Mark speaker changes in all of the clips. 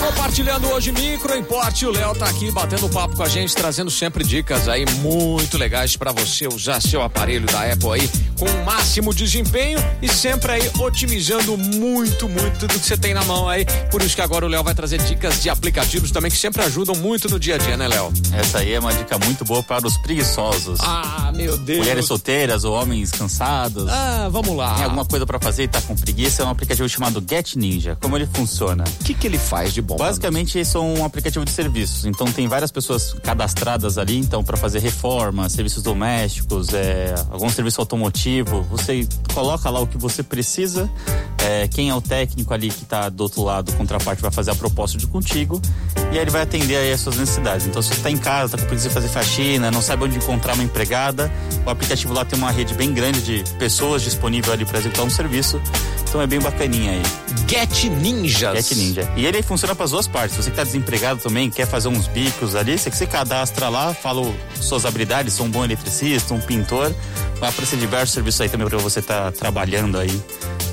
Speaker 1: compartilhando hoje Micro Importe. O Léo tá aqui batendo papo com a gente, trazendo sempre dicas aí muito legais para você usar seu aparelho da Apple aí com o máximo desempenho e sempre aí otimizando muito, muito tudo que você tem na mão aí. Por isso que agora o Léo vai trazer dicas de aplicativos também que sempre ajudam muito no dia a dia, né, Léo?
Speaker 2: Essa aí é uma dica muito boa para os preguiçosos.
Speaker 1: Ah, meu Deus.
Speaker 2: Mulheres solteiras ou homens cansados.
Speaker 1: Ah, vamos lá.
Speaker 2: Tem alguma coisa para fazer e tá com preguiça? É um aplicativo chamado Get Ninja. Como ele funciona?
Speaker 1: O que, que ele faz de bom?
Speaker 2: Basicamente, esse é um aplicativo de serviços. Então, tem várias pessoas cadastradas ali, então, para fazer reforma, serviços domésticos, é, algum serviço automotivo. Você coloca lá o que você precisa, é, quem é o técnico ali que tá do outro lado, contraparte, vai fazer a proposta de contigo, e aí ele vai atender aí as suas necessidades. Então, se você tá em casa, tá com preguiça de fazer faxina, não sabe onde encontrar uma empregada, o aplicativo lá tem uma rede bem grande de pessoas disponível ali para executar um serviço. Então, é bem bacaninha aí.
Speaker 1: Get Ninjas.
Speaker 2: Get Ninja. E ele funciona para as duas partes. Você que tá desempregado também, quer fazer uns bicos ali, você que se cadastra lá, fala o- suas habilidades, sou um bom eletricista, um pintor. Vai aparecer diversos serviços aí também para você tá trabalhando aí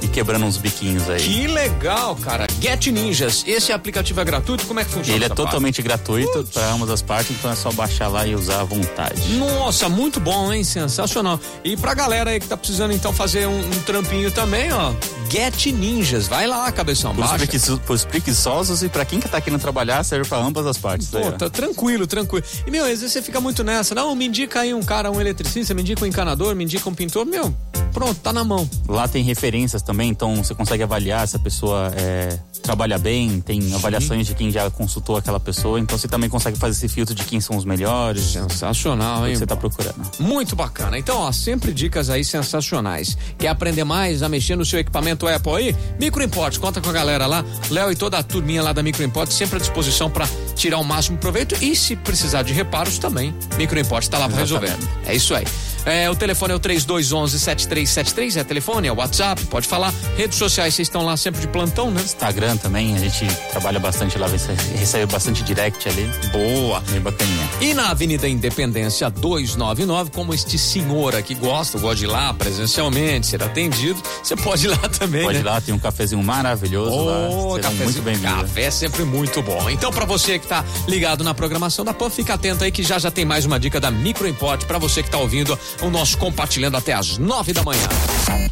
Speaker 2: e quebrando uns biquinhos aí.
Speaker 1: Que legal, cara. Get Ninjas. Esse aplicativo é gratuito? Como é que funciona?
Speaker 2: Ele é
Speaker 1: essa parte?
Speaker 2: totalmente gratuito para ambas as partes, então é só baixar lá e usar à vontade.
Speaker 1: Nossa, muito bom, hein? Sensacional. E pra galera aí que tá precisando então fazer um, um trampinho também, ó. Get Ninjas. Vai lá, cabeção.
Speaker 2: Para os
Speaker 1: Baixa.
Speaker 2: preguiço- para os preguiçosos e para quem que tá querendo trabalhar, serve para ambas as partes. aí,
Speaker 1: Pô,
Speaker 2: ó.
Speaker 1: tá tranquilo, tranquilo. E, meu, às vezes você fica muito nessa. Não, me indica aí um cara, um eletricista, me indica um encanador, me indica um pintor. Meu, pronto, tá na mão.
Speaker 2: Lá tem referências também, então você consegue avaliar se a pessoa é, trabalha bem, tem avaliações de quem já consultou aquela pessoa, então você também consegue fazer esse filtro de quem são os melhores,
Speaker 1: é um
Speaker 2: o
Speaker 1: Sensacional, hein?
Speaker 2: que você tá procurando.
Speaker 1: Muito bacana. Então, ó, sempre dicas aí sensacionais. Quer aprender mais a mexer no seu equipamento Apple aí? Microimport, conta com a galera lá. Léo e toda a turminha lá da Microimport sempre à disposição para tirar o máximo proveito e se precisar de reparos também, Microimport tá lá para resolver. É isso aí. É, o telefone é o 3211-7373, é telefone, é WhatsApp, pode falar. Redes sociais, vocês estão lá sempre de plantão, né?
Speaker 2: Instagram também, a gente trabalha bastante lá, você recebe bastante direct ali. Boa! Bem bacaninha.
Speaker 1: E na Avenida Independência 299, como este senhor aqui gosta, gosta de ir lá presencialmente, ser atendido, você pode ir lá também,
Speaker 2: Pode
Speaker 1: né?
Speaker 2: ir lá, tem um cafezinho maravilhoso
Speaker 1: Ô,
Speaker 2: lá, serão
Speaker 1: cafezinho-
Speaker 2: muito bem-vindos.
Speaker 1: Café é sempre muito bom. Então, pra você que tá ligado na programação da PAN, fica atento aí que já já tem mais uma dica da Micro Import pra você que tá ouvindo o nosso compartilhando até as nove da manhã.